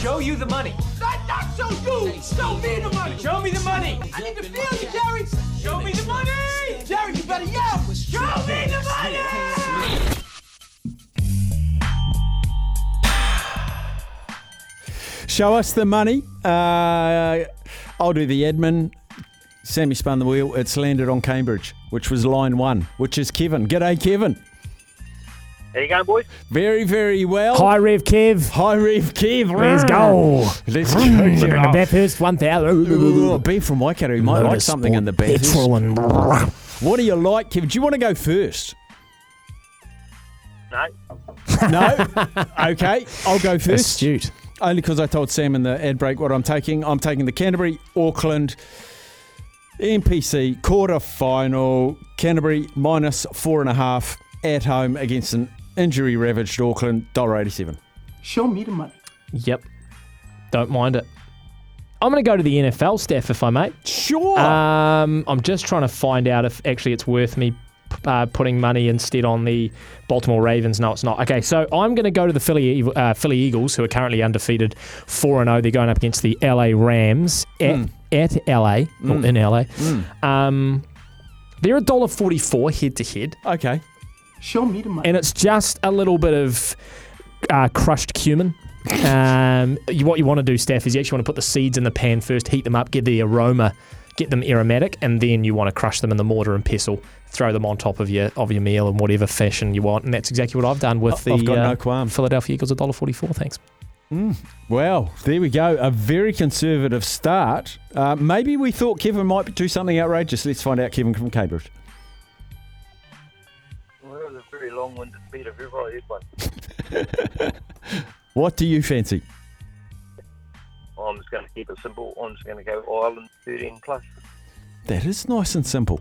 Show you the money. Not, not show you. Show me the money. Show me the money. I need to feel you, Jerry. Show me the money. Jerry, you better yell. Show me the money. Show us the money. Uh, I'll do the admin. Sammy spun the wheel. It's landed on Cambridge, which was line one, which is Kevin. G'day, Kevin. How you going, boys? Very, very well. Hi, Rev Kev. Hi, Rev Kev. Let's go. Ah. Let's go. Bathurst, one Ooh, thousand. beef from Waikato. You might like something in the They're Bathurst. trolling. What do you like, Kevin? Do you want to go first? No. No? okay, I'll go first. Astute. Only because I told Sam in the ad break what I'm taking. I'm taking the Canterbury, Auckland, NPC quarter final. Canterbury minus four and a half at home against an injury ravaged Auckland, $1.87. Show me the money. Yep. Don't mind it. I'm going to go to the NFL staff if I may. Sure. Um, I'm just trying to find out if actually it's worth me uh, putting money instead on the Baltimore Ravens. No, it's not. Okay, so I'm going to go to the Philly Ev- uh, Philly Eagles, who are currently undefeated, four and zero. They're going up against the LA Rams at at LA or in LA. Um, they're a dollar forty four head to head, okay. Show me the money. and it's just a little bit of uh, crushed cumin. um, you, what you want to do, Steph, is you actually want to put the seeds in the pan first, heat them up, get the aroma, get them aromatic, and then you want to crush them in the mortar and pestle, throw them on top of your of your meal in whatever fashion you want, and that's exactly what I've done with the I've got uh, no qualms. Philadelphia Eagles $1.44, Thanks. Well, there we go. A very conservative start. Uh, maybe we thought Kevin might do something outrageous. Let's find out, Kevin from Cambridge. Well, that was a very long-winded bit of everybody, this one. What do you fancy? oh, I'm just going to keep it simple. I'm just going to go Ireland 13 plus. That is nice and simple.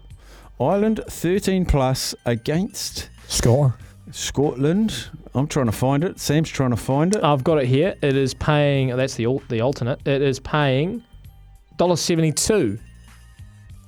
Ireland 13 plus against Score. Scotland. I'm trying to find it. Sam's trying to find it. I've got it here. It is paying. That's the al- the alternate. It is paying $1.72.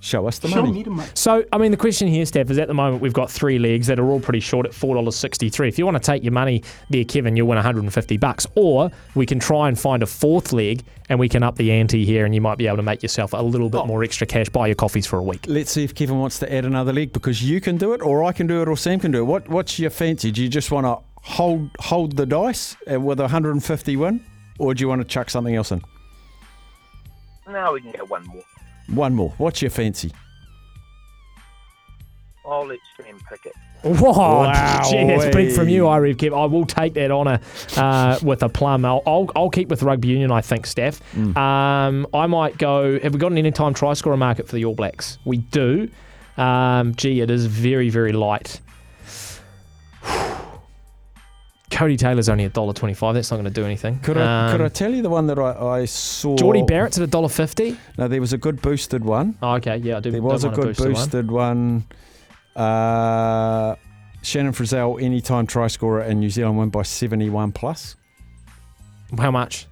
Show us the Show money. me the money. So, I mean, the question here, Steph, is at the moment we've got three legs that are all pretty short at four dollars sixty-three. If you want to take your money there, Kevin, you'll win one hundred and fifty bucks, or we can try and find a fourth leg, and we can up the ante here, and you might be able to make yourself a little bit more extra cash. Buy your coffees for a week. Let's see if Kevin wants to add another leg because you can do it, or I can do it, or Sam can do it. What What's your fancy? Do you just want to hold hold the dice uh, with a 150 win, or do you want to chuck something else in? No, we can go one more. One more. What's your fancy? I'll let Sam pick it. Whoa, Wow. gee, that's big from you, Irene Kev. I will take that honour uh, with a plum. I'll, I'll, I'll keep with rugby union, I think, Steph. Um, I might go. Have we got an anytime try scorer market for the All Blacks? We do. Um, gee, it is very, very light. Cody Taylor's only a dollar twenty-five. That's not going to do anything. Could I, Um, could I tell you the one that I, I saw? Geordie Barrett's at a dollar fifty. No, there was a good boosted one. Oh, okay, yeah, I do. There don't was a want good to boost the one. boosted one. Uh, Shannon Frizzell, anytime try scorer in New Zealand, win by 71 plus How much?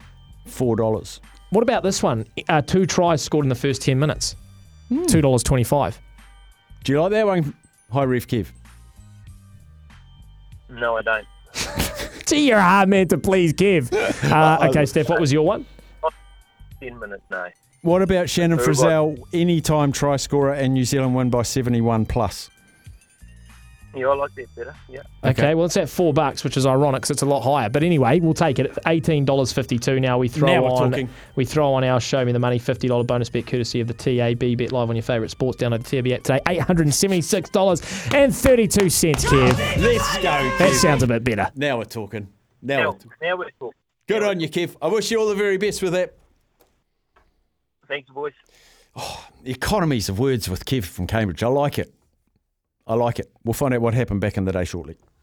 $4. What about this one? Uh, two tries scored in the first ten minutes. Two dollars twenty-five. Do you like that one? Hi, Reef Kev. No, I don't. Gee, you're a hard man to please, Kev. Uh, okay, Steph, what was your one? 10 minutes, no. What about Shannon Very Frizzell, anytime try scorer in New Zealand, win by 71 plus? Yeah, I like that better. Yeah. Okay. well, it's at four bucks, which is ironic 'cause it's a lot higher. But anyway, we'll take it. Eighteen dollars fifty-two. Now we throw Now we're on talking. we throw on our show me the money fifty dollar bonus bet courtesy of the TAB bet live on your favourite sports download the TAB app today. Eight hundred and seventy-six dollars and thirty-two cents, Kev. Let's go. That sounds a bit better. Now we're talking. Now, Now, we're now we're talking. good on you, Kev. I wish you all the very best with that. Thanks, boys. Economies of words with Kev from Cambridge. I like it. I like it. We'll find out what happened back in the day shortly.